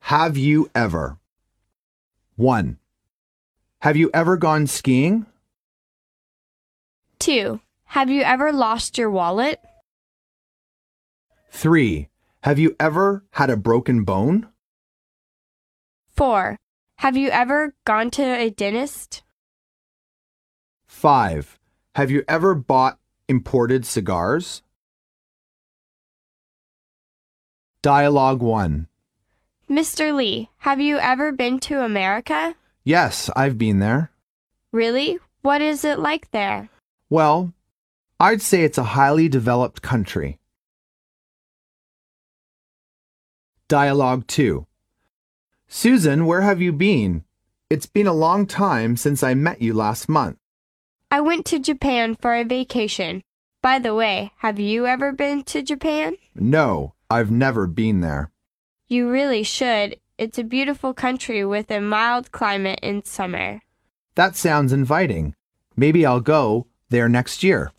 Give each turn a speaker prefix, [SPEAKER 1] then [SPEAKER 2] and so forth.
[SPEAKER 1] Have you ever? 1. Have you ever gone skiing?
[SPEAKER 2] 2. Have you ever lost your wallet?
[SPEAKER 1] 3. Have you ever had a broken bone?
[SPEAKER 2] 4. Have you ever gone to a dentist?
[SPEAKER 1] 5. Have you ever bought imported cigars? Dialogue 1.
[SPEAKER 2] Mr. Lee, have you ever been to America?
[SPEAKER 1] Yes, I've been there.
[SPEAKER 2] Really? What is it like there?
[SPEAKER 1] Well, I'd say it's a highly developed country. Dialogue 2. Susan, where have you been? It's been a long time since I met you last month.
[SPEAKER 2] I went to Japan for a vacation. By the way, have you ever been to Japan?
[SPEAKER 1] No, I've never been there.
[SPEAKER 2] You really should. It's a beautiful country with a mild climate in summer.
[SPEAKER 1] That sounds inviting. Maybe I'll go there next year.